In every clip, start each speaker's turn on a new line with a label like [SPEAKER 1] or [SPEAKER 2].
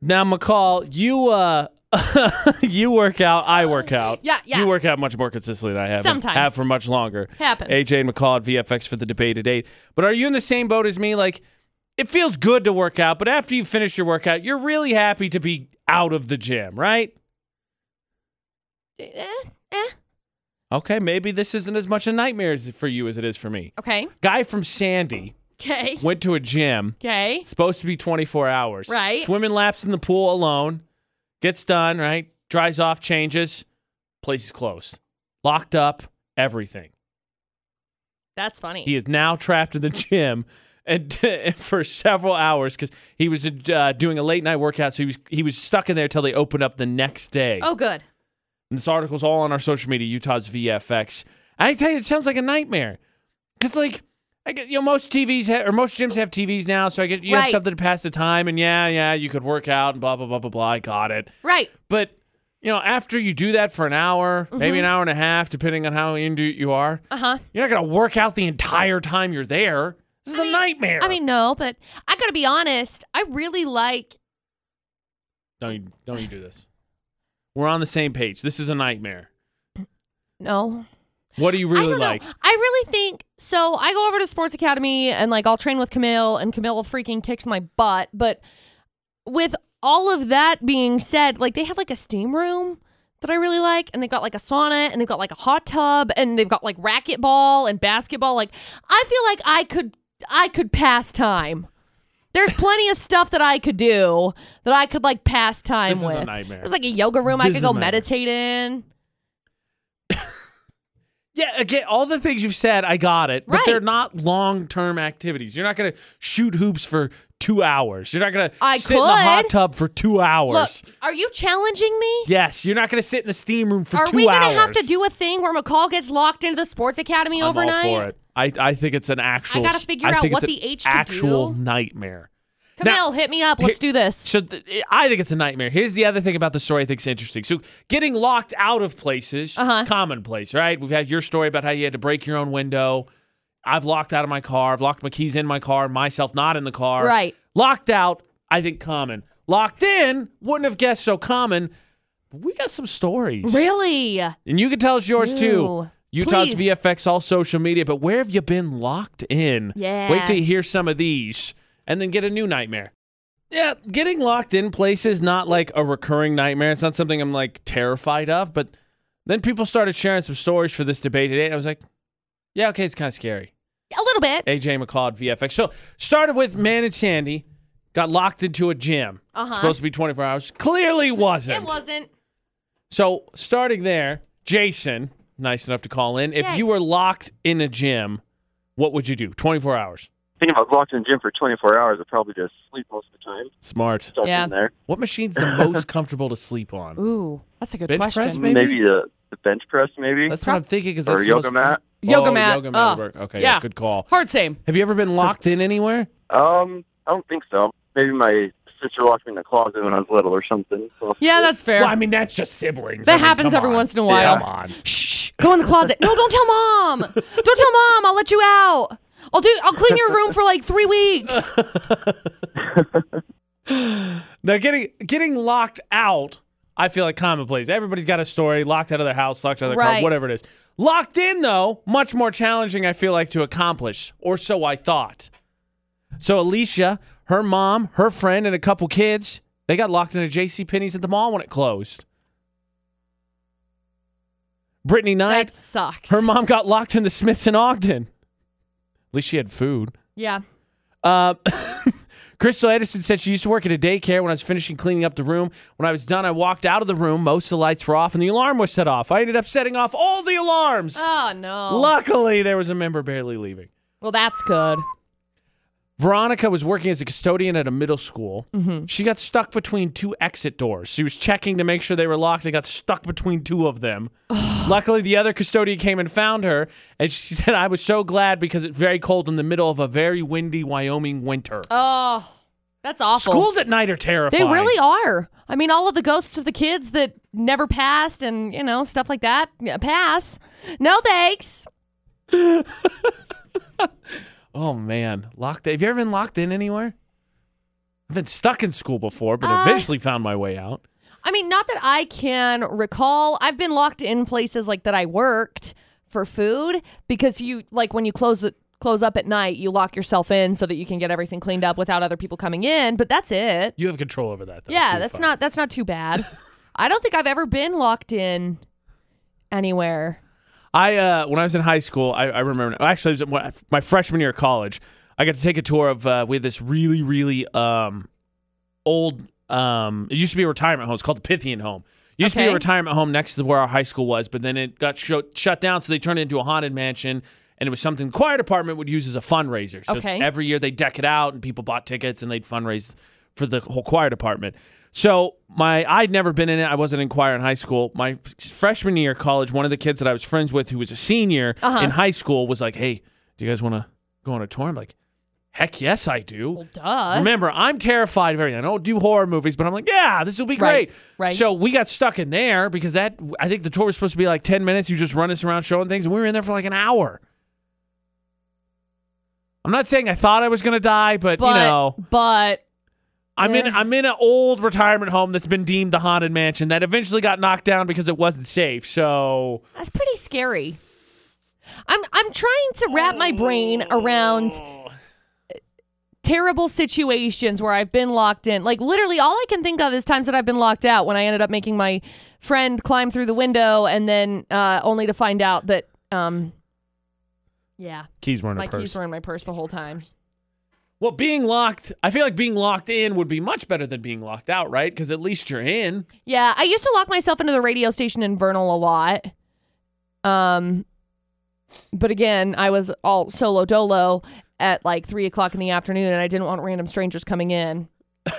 [SPEAKER 1] Now, McCall, you uh, you work out. I work out.
[SPEAKER 2] Oh, Yeah, yeah.
[SPEAKER 1] You work out much more consistently than I have. and
[SPEAKER 2] Sometimes.
[SPEAKER 1] have for much longer.
[SPEAKER 2] Happens.
[SPEAKER 1] AJ and McCall at VFX for the debate at eight. But are you in the same boat as me? Like, it feels good to work out, but after you finish your workout, you're really happy to be out of the gym, right?
[SPEAKER 2] Eh, eh.
[SPEAKER 1] Okay, maybe this isn't as much a nightmare as- for you as it is for me.
[SPEAKER 2] Okay.
[SPEAKER 1] Guy from Sandy
[SPEAKER 2] Okay.
[SPEAKER 1] went to a gym.
[SPEAKER 2] Okay.
[SPEAKER 1] Supposed to be 24 hours.
[SPEAKER 2] Right.
[SPEAKER 1] Swimming laps in the pool alone. Gets done, right? Dries off, changes. Place is closed. Locked up, everything.
[SPEAKER 2] That's funny.
[SPEAKER 1] He is now trapped in the gym and for several hours because he was uh, doing a late night workout. So he was, he was stuck in there till they opened up the next day.
[SPEAKER 2] oh, good.
[SPEAKER 1] And this article's all on our social media, Utah's VFX. I tell you, it sounds like a nightmare. Cause like, I get you know most TVs ha- or most gyms have TVs now, so I get you have
[SPEAKER 2] Right.
[SPEAKER 1] something to pass the time, and yeah, yeah, you could work out and blah blah blah blah blah. I got it,
[SPEAKER 2] Right.
[SPEAKER 1] but you know after you do that for an hour,
[SPEAKER 2] Mm-hmm.
[SPEAKER 1] maybe an hour and a half, depending on how into it you are,
[SPEAKER 2] Uh huh.
[SPEAKER 1] you're not gonna work out the entire time you're there. This is
[SPEAKER 2] I
[SPEAKER 1] a
[SPEAKER 2] mean-
[SPEAKER 1] nightmare.
[SPEAKER 2] I mean, no, but I gotta be honest. I really like.
[SPEAKER 1] don't you, don't you do this? We're on the same page. This is a nightmare.
[SPEAKER 2] No.
[SPEAKER 1] What do you
[SPEAKER 2] I
[SPEAKER 1] really
[SPEAKER 2] don't
[SPEAKER 1] like?
[SPEAKER 2] know. I really think so. I go over to the sports academy and like I'll train with Camille, and Camille freaking kicks my butt. But with all of that being said, like they have like a steam room that I really like, and they've got like a sauna, and they've got like a hot tub, and they've got like racquetball and basketball. Like I feel like I could I could pass time. There's plenty of stuff that I could do that I could like pass time
[SPEAKER 1] This is
[SPEAKER 2] with.
[SPEAKER 1] a nightmare.
[SPEAKER 2] There's like a yoga room I
[SPEAKER 1] This
[SPEAKER 2] could
[SPEAKER 1] is a
[SPEAKER 2] go
[SPEAKER 1] nightmare.
[SPEAKER 2] meditate in.
[SPEAKER 1] Yeah, again, all the things you've said, I got it. But
[SPEAKER 2] Right.
[SPEAKER 1] they're not long term activities. You're not going to shoot hoops for two hours. You're not going
[SPEAKER 2] I
[SPEAKER 1] to sit in the hot
[SPEAKER 2] could.
[SPEAKER 1] tub for two
[SPEAKER 2] Look,
[SPEAKER 1] hours.
[SPEAKER 2] are you challenging me?
[SPEAKER 1] yes, you're not going to sit in the steam room for
[SPEAKER 2] Are
[SPEAKER 1] two
[SPEAKER 2] we
[SPEAKER 1] hours.
[SPEAKER 2] gonna have to do a thing where McCall gets locked into the sports academy
[SPEAKER 1] I'm
[SPEAKER 2] overnight?
[SPEAKER 1] all for it. I, I think it's an actual.
[SPEAKER 2] gotta figure
[SPEAKER 1] I
[SPEAKER 2] out
[SPEAKER 1] think
[SPEAKER 2] what
[SPEAKER 1] it's an
[SPEAKER 2] the H to
[SPEAKER 1] actual
[SPEAKER 2] do.
[SPEAKER 1] nightmare.
[SPEAKER 2] Camille,
[SPEAKER 1] Now-
[SPEAKER 2] hit me up. Let's
[SPEAKER 1] Here-
[SPEAKER 2] do this.
[SPEAKER 1] So th- I think it's a nightmare. Here's the other thing about the story I think's interesting. So getting locked out of places,
[SPEAKER 2] Uh-huh.
[SPEAKER 1] commonplace, right? We've had your story about how you had to break your own window. I've locked out of my car. I've locked my keys in my car. Myself not in the car.
[SPEAKER 2] Right.
[SPEAKER 1] Locked out. I think common. Locked in. Wouldn't have guessed so common. But we got some stories.
[SPEAKER 2] Really?
[SPEAKER 1] And you can tell us yours too.
[SPEAKER 2] Ew.
[SPEAKER 1] Utah's
[SPEAKER 2] Please.
[SPEAKER 1] VFX, all social media. But where have you been locked in?
[SPEAKER 2] Yeah.
[SPEAKER 1] Wait till you hear some of these and then get a new nightmare. Yeah, getting locked in place is not like a recurring nightmare. It's not something I'm like terrified of. But then people started sharing some stories for this debate today. And I was like, yeah, okay, it's kind of scary.
[SPEAKER 2] A little bit.
[SPEAKER 1] AJ McCall at VFX. So started with Man and Sandy, got locked into a gym.
[SPEAKER 2] Uh-huh.
[SPEAKER 1] Supposed to be 24 hours. Clearly wasn't.
[SPEAKER 2] It wasn't.
[SPEAKER 1] So starting there, Jason, nice enough to call in. If
[SPEAKER 2] Yay.
[SPEAKER 1] you were locked in a gym, what would you do? 24 hours.
[SPEAKER 3] I think if I was locked in the gym for 24 hours, I'd probably just sleep most of the time.
[SPEAKER 1] Smart.
[SPEAKER 3] Stuck
[SPEAKER 2] Yeah.
[SPEAKER 3] in there.
[SPEAKER 1] What machine's the most comfortable to sleep on?
[SPEAKER 2] Ooh, that's a good
[SPEAKER 1] Bench
[SPEAKER 2] question.
[SPEAKER 1] press, maybe?
[SPEAKER 3] Maybe, the, the bench press, maybe.
[SPEAKER 1] That's what I'm thinking. Cause
[SPEAKER 3] or
[SPEAKER 1] that's the
[SPEAKER 3] yoga
[SPEAKER 1] most-
[SPEAKER 3] mat.
[SPEAKER 2] Yoga
[SPEAKER 1] Oh,
[SPEAKER 2] mat.
[SPEAKER 1] Yoga mat.
[SPEAKER 2] Uh,
[SPEAKER 1] would work. okay, yeah.
[SPEAKER 2] yeah.
[SPEAKER 1] good call.
[SPEAKER 2] Hard same.
[SPEAKER 1] Have you ever been locked in anywhere?
[SPEAKER 3] Um, I don't think so. Maybe my sister locked me in the closet when I was little or something. So
[SPEAKER 2] Yeah, that's fair.
[SPEAKER 1] Well, I mean, that's just siblings.
[SPEAKER 2] That
[SPEAKER 1] I mean,
[SPEAKER 2] happens
[SPEAKER 1] come
[SPEAKER 2] every
[SPEAKER 1] on.
[SPEAKER 2] once in a while.
[SPEAKER 1] Come on.
[SPEAKER 2] shh, shh, go in the closet. No, don't tell mom. Don't tell mom. I'll let you out. I'll do. I'll clean your room for like three weeks.
[SPEAKER 1] Now getting getting locked out, I feel like commonplace. Everybody's got a story, locked out of their house, locked out of their car,
[SPEAKER 2] Right.
[SPEAKER 1] whatever it is. Locked in though, much more challenging I feel like to accomplish, or so I thought. So Alicia, her mom, her friend, and a couple kids, they got locked into JC Penney's at the mall when it closed. Brittany
[SPEAKER 2] that
[SPEAKER 1] Knight,
[SPEAKER 2] sucks.
[SPEAKER 1] her mom got locked in the Smiths in Ogden. At least she had food.
[SPEAKER 2] Yeah.
[SPEAKER 1] Uh, Crystal Anderson said she used to work at a daycare when I was finishing cleaning up the room. When I was done, I walked out of the room. Most of the lights were off and the alarm was set off. I ended up setting off all the alarms.
[SPEAKER 2] Oh no.
[SPEAKER 1] Luckily, there was a member barely leaving.
[SPEAKER 2] Well, that's good.
[SPEAKER 1] Veronica was working as a custodian at a middle school. She got stuck between two exit doors. She was checking to make sure they were locked and got stuck between two of them. Luckily, the other custodian came and found her, and she said, I was so glad because it's very cold in the middle of a very windy Wyoming winter.
[SPEAKER 2] Oh, that's awful.
[SPEAKER 1] Schools at night are
[SPEAKER 2] They
[SPEAKER 1] terrifying.
[SPEAKER 2] really are. I mean, all of the ghosts of the kids that never passed and, you know, stuff like that yeah, pass. No thanks.
[SPEAKER 1] Oh man, locked. Have you ever been locked in anywhere? I've been stuck in school before, but
[SPEAKER 2] Uh,
[SPEAKER 1] eventually found my way out.
[SPEAKER 2] I mean, not that I can recall. I've been locked in places like that I worked for food because you like when you close the close up at night, you lock yourself in so that you can get everything cleaned up without other people coming in, but that's it.
[SPEAKER 1] You have control over that. Though, so
[SPEAKER 2] yeah,
[SPEAKER 1] you're
[SPEAKER 2] that's
[SPEAKER 1] fine.
[SPEAKER 2] not that's not too bad. I don't think I've ever been locked in anywhere.
[SPEAKER 1] I uh, when I was in high school, I, I remember actually it was my freshman year of college. I got to take a tour of uh, we had this really really um, old. Um, it used to be a retirement home. It's called the Pythian Home. It used to be
[SPEAKER 2] Okay.
[SPEAKER 1] a retirement home next to where our high school was, but then it got sho- shut down, so they turned it into a haunted mansion. And it was something the choir department would use as a fundraiser. So
[SPEAKER 2] Okay.
[SPEAKER 1] every year they deck it out, and people bought tickets, and they'd fundraise for the whole choir department. So my I'd never been in it. I wasn't in choir in high school. My freshman year of college, one of the kids that I was friends with, who was a senior
[SPEAKER 2] Uh-huh.
[SPEAKER 1] in high school, was like, "Hey, do you guys want to go on a tour?" I'm like, "Heck yes, I do."
[SPEAKER 2] Well, duh.
[SPEAKER 1] Remember, I'm terrified of everything. I don't do horror movies, but I'm like, yeah, this will be
[SPEAKER 2] Right,
[SPEAKER 1] great.
[SPEAKER 2] right.
[SPEAKER 1] So we got stuck in there because that I think the tour was supposed to be like 10 minutes. You just run us around showing things, and we were in there for like an hour. I'm not saying I thought I was gonna die, but,
[SPEAKER 2] but
[SPEAKER 1] you know,
[SPEAKER 2] but
[SPEAKER 1] I'm in
[SPEAKER 2] yeah.
[SPEAKER 1] I'm in an old retirement home that's been deemed the haunted mansion that eventually got knocked down because it wasn't safe. So
[SPEAKER 2] that's pretty scary. I'm I'm trying to wrap my brain around terrible situations where I've been locked in. Like literally all I can think of is times that I've been locked out when I ended up making my friend climb through the window and then uh, only to find out that um yeah,
[SPEAKER 1] keys were in
[SPEAKER 2] my
[SPEAKER 1] a purse.
[SPEAKER 2] keys were in my purse the whole time.
[SPEAKER 1] well, being locked, I feel like being locked in would be much better than being locked out, right? Because at least you're in.
[SPEAKER 2] Yeah, I used to lock myself into the radio station in Vernal a lot. Um, but again, I was all solo dolo at like three o'clock in the afternoon, and I didn't want random strangers coming in. It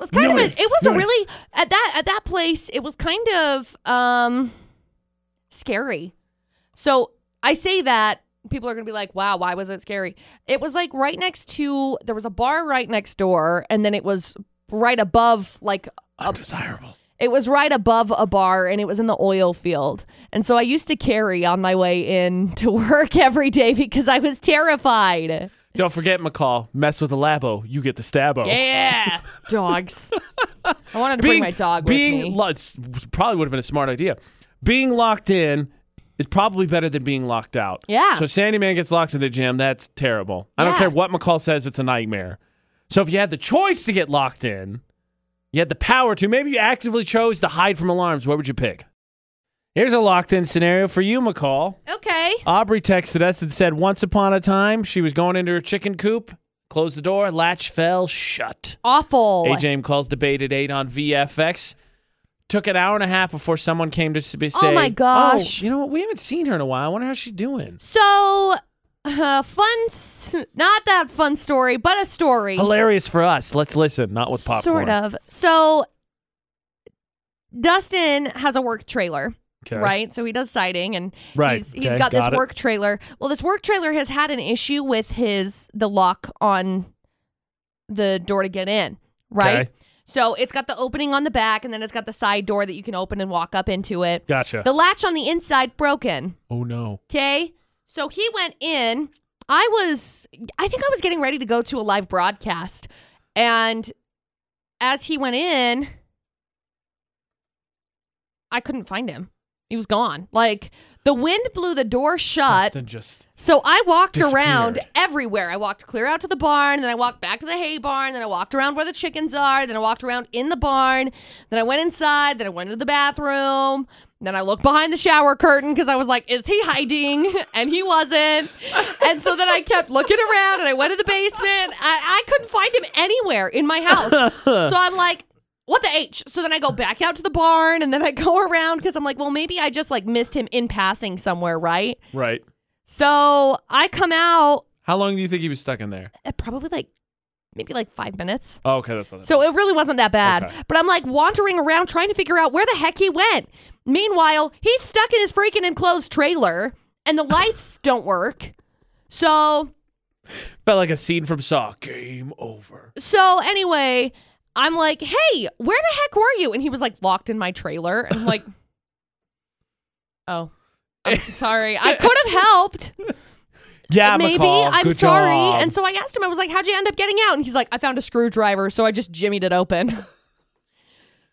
[SPEAKER 2] was kind
[SPEAKER 1] Notice,
[SPEAKER 2] of a, it was a
[SPEAKER 1] notice.
[SPEAKER 2] really at that at that place. It was kind of um scary. So I say that people are gonna be like, "Wow, why was it scary?" It was like right next to there was a bar right next door, and then it was right above like a
[SPEAKER 1] Undesirables.
[SPEAKER 2] it was right above a bar and it was in the oil field. And so I used to carry on my way in to work every day because I was terrified.
[SPEAKER 1] Don't forget, McCall. Mess with the labo, you get the stabbo.
[SPEAKER 2] Yeah. Dogs. I wanted to bring my dog
[SPEAKER 1] being
[SPEAKER 2] with me.
[SPEAKER 1] lo- it's- probably would have been a smart idea. Being locked in is probably better than being locked out.
[SPEAKER 2] Yeah.
[SPEAKER 1] So Sandy Man gets locked in the gym. That's terrible. I don't
[SPEAKER 2] Yeah.
[SPEAKER 1] care what McCall says. It's a nightmare. So if you had the choice to get locked in, you had the power to. Maybe you actively chose to hide from alarms. What would you pick? Here's a locked in scenario for you, McCall.
[SPEAKER 2] okay.
[SPEAKER 1] Aubrey texted us and said, Once upon a time, she was going into her chicken coop, closed the door, latch fell shut.
[SPEAKER 2] Awful.
[SPEAKER 1] AJ McCall's debate at 8 on VFX. Took an hour and a half before someone came to s- be- say,
[SPEAKER 2] my gosh.
[SPEAKER 1] "Oh, you know what? We haven't seen her in a while. I wonder how she's doing.
[SPEAKER 2] So, uh, fun, s- not that fun story, but a story.
[SPEAKER 1] Hilarious for us. Let's listen, not with popcorn.
[SPEAKER 2] Sort of. So, Dustin has a work trailer.
[SPEAKER 1] Okay.
[SPEAKER 2] right? So he does siding, and
[SPEAKER 1] Right.
[SPEAKER 2] he's, he's
[SPEAKER 1] Okay,
[SPEAKER 2] got this
[SPEAKER 1] got it.
[SPEAKER 2] work trailer. Well, this work trailer has had an issue with his the lock on the door to get in, right?
[SPEAKER 1] Okay.
[SPEAKER 2] So it's got the opening on the back, and then it's got the side door that you can open and walk up into it.
[SPEAKER 1] Gotcha.
[SPEAKER 2] The latch on the inside broken.
[SPEAKER 1] oh, no.
[SPEAKER 2] Okay. So he went in. I was, I think I was getting ready to go to a live broadcast. And as he went in, I couldn't find him. He was gone. Like the wind blew the door shut.
[SPEAKER 1] Dustin just.
[SPEAKER 2] So I walked around
[SPEAKER 1] Disappeared.
[SPEAKER 2] everywhere. I walked clear out to the barn, then I walked back to the hay barn, then I walked around where the chickens are, then I walked around in the barn, then I went inside, then I went into the bathroom, then I looked behind the shower curtain because I was like, is he hiding? And he wasn't. And so then I kept looking around and I went to the basement. I, I couldn't find him anywhere in my house. So I'm like, what the H? So then I go back out to the barn and then I go around because I'm like, well, maybe I just like missed him in passing somewhere, right?
[SPEAKER 1] Right.
[SPEAKER 2] So I come out
[SPEAKER 1] How long do you think he was stuck in there?
[SPEAKER 2] at probably like maybe like five minutes.
[SPEAKER 1] Oh, okay. That's not that
[SPEAKER 2] So it really wasn't that bad.
[SPEAKER 1] Okay.
[SPEAKER 2] But I'm like wandering around trying to figure out where the heck he went. Meanwhile, he's stuck in his freaking enclosed trailer and the lights don't work. So
[SPEAKER 1] Felt like a scene from Saw. Game over.
[SPEAKER 2] so anyway, I'm like, hey, where the heck were you? And he was like locked in my trailer. And I'm like, oh. I'm sorry. I could have helped.
[SPEAKER 1] Yeah,
[SPEAKER 2] maybe.
[SPEAKER 1] McCall,
[SPEAKER 2] I'm
[SPEAKER 1] good
[SPEAKER 2] sorry.
[SPEAKER 1] job.
[SPEAKER 2] And so I asked him, I was like, how'd you end up getting out? And he's like, I found a screwdriver, so I just jimmied it open.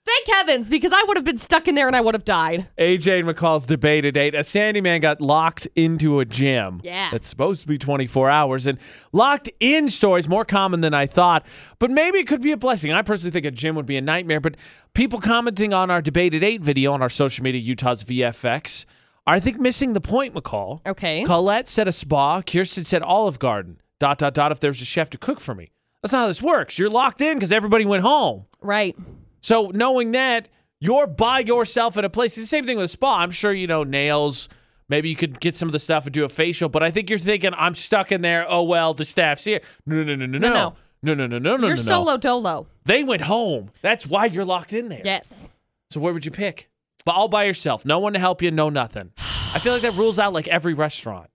[SPEAKER 2] Thank heavens, because I would have been stuck in there and I would have died.
[SPEAKER 1] AJ and McCall's debate at eight. A sandy man got locked into a gym.
[SPEAKER 2] Yeah.
[SPEAKER 1] That's supposed to be 24 hours. And locked in stories more common than I thought. But maybe it could be a blessing. I personally think a gym would be a nightmare. But people commenting on our debate at eight video on our social media, Utah's VFX, are I think missing the point, McCall.
[SPEAKER 2] Okay.
[SPEAKER 1] Colette said a spa. Kirsten said Olive Garden. Dot, dot, dot. If there's a chef to cook for me. That's not how this works. You're locked in because everybody went home.
[SPEAKER 2] Right.
[SPEAKER 1] So knowing that you're by yourself at a place, it's the same thing with a spa. I'm sure you know nails. Maybe you could get some of the stuff and do a facial, but I think you're thinking I'm stuck in there. Oh well, the staff's here. No, no, no, no, no, no,
[SPEAKER 2] no.
[SPEAKER 1] no, no, no, no, no.
[SPEAKER 2] You're
[SPEAKER 1] no.
[SPEAKER 2] solo dolo.
[SPEAKER 1] They went home. That's why you're locked in there.
[SPEAKER 2] Yes.
[SPEAKER 1] So where would you pick? But all by yourself, no one to help you, no nothing. I feel like that rules out like every restaurant.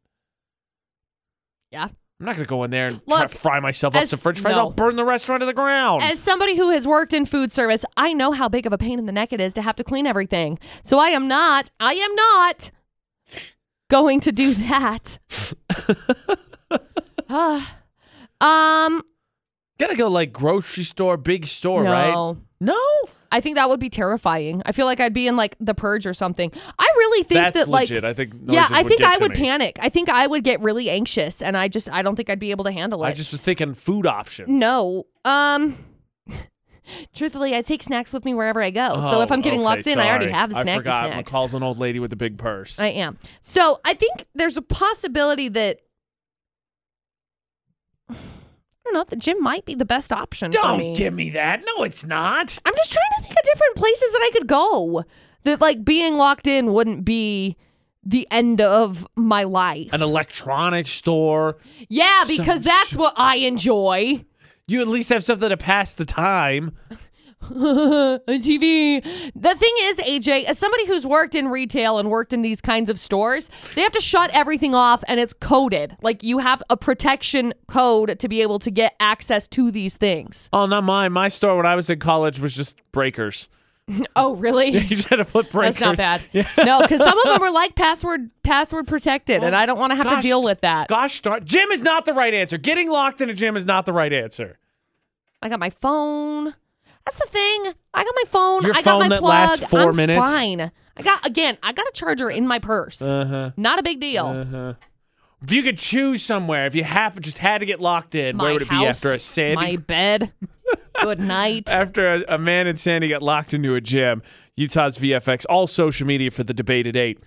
[SPEAKER 2] Yeah.
[SPEAKER 1] I'm not gonna go in there and try
[SPEAKER 2] Look,
[SPEAKER 1] to fry myself up
[SPEAKER 2] as-
[SPEAKER 1] some French fries.
[SPEAKER 2] no.
[SPEAKER 1] I'll burn the restaurant to the ground.
[SPEAKER 2] As somebody who has worked in food service, I know how big of a pain in the neck it is to have to clean everything. So I am not, I am not going to do that. Ah. um,
[SPEAKER 1] Gotta go like grocery store, big store,
[SPEAKER 2] no.
[SPEAKER 1] right? No.
[SPEAKER 2] I think that would be terrifying. I feel like I'd be in like the purge or something. I really think
[SPEAKER 1] That's
[SPEAKER 2] that like
[SPEAKER 1] legit. I think noises
[SPEAKER 2] yeah, I think
[SPEAKER 1] get
[SPEAKER 2] I
[SPEAKER 1] to
[SPEAKER 2] would
[SPEAKER 1] me.
[SPEAKER 2] panic. I think I would get really anxious, and I just I don't think I'd be able to handle it.
[SPEAKER 1] I just was thinking food options.
[SPEAKER 2] no. Um, truthfully, I take snacks with me wherever I go. so
[SPEAKER 1] Oh,
[SPEAKER 2] if I'm getting
[SPEAKER 1] okay,
[SPEAKER 2] locked in, I already
[SPEAKER 1] sorry.
[SPEAKER 2] have a snack.
[SPEAKER 1] I
[SPEAKER 2] of
[SPEAKER 1] forgot.
[SPEAKER 2] snacks.
[SPEAKER 1] McCall's an old lady with a big purse.
[SPEAKER 2] I am. So I think there's a possibility that I don't know. The gym might be the best option for
[SPEAKER 1] Don't
[SPEAKER 2] me.
[SPEAKER 1] give me that. No, it's not.
[SPEAKER 2] I'm just trying to think of different places that I could go. That like being locked in wouldn't be the end of my life.
[SPEAKER 1] An electronics store.
[SPEAKER 2] yeah,
[SPEAKER 1] So-
[SPEAKER 2] because that's what I enjoy.
[SPEAKER 1] You at least have something to pass the time.
[SPEAKER 2] TV. The thing is, AJ, as somebody who's worked in retail and worked in these kinds of stores, they have to shut everything off and it's coded. Like you have a protection code to be able to get access to these things.
[SPEAKER 1] Oh, not mine. My store when I was in college was just breakers.
[SPEAKER 2] Oh, really?
[SPEAKER 1] You just had to put breakers.
[SPEAKER 2] That's not bad. No, because some of them are like password password protected, and I don't want to have
[SPEAKER 1] Gosh,
[SPEAKER 2] to deal with that.
[SPEAKER 1] Gosh darn. Gym is not the right answer. Getting locked in a gym is not the right answer.
[SPEAKER 2] I got my phone. That's the thing. I got my phone.
[SPEAKER 1] Your
[SPEAKER 2] I got
[SPEAKER 1] phone
[SPEAKER 2] my
[SPEAKER 1] that
[SPEAKER 2] plug.
[SPEAKER 1] lasts four
[SPEAKER 2] I'm
[SPEAKER 1] minutes?
[SPEAKER 2] Fine. I got again. I got a charger in my purse. Uh-huh. Not a big deal.
[SPEAKER 1] If you could choose somewhere, if you happen just had to get locked in,
[SPEAKER 2] My
[SPEAKER 1] where would it
[SPEAKER 2] house,
[SPEAKER 1] be after a Sandy
[SPEAKER 2] My bed. Good night.
[SPEAKER 1] after a, a man in Sandy got locked into a gym. Utah's VFX, all social media for the debate at 8.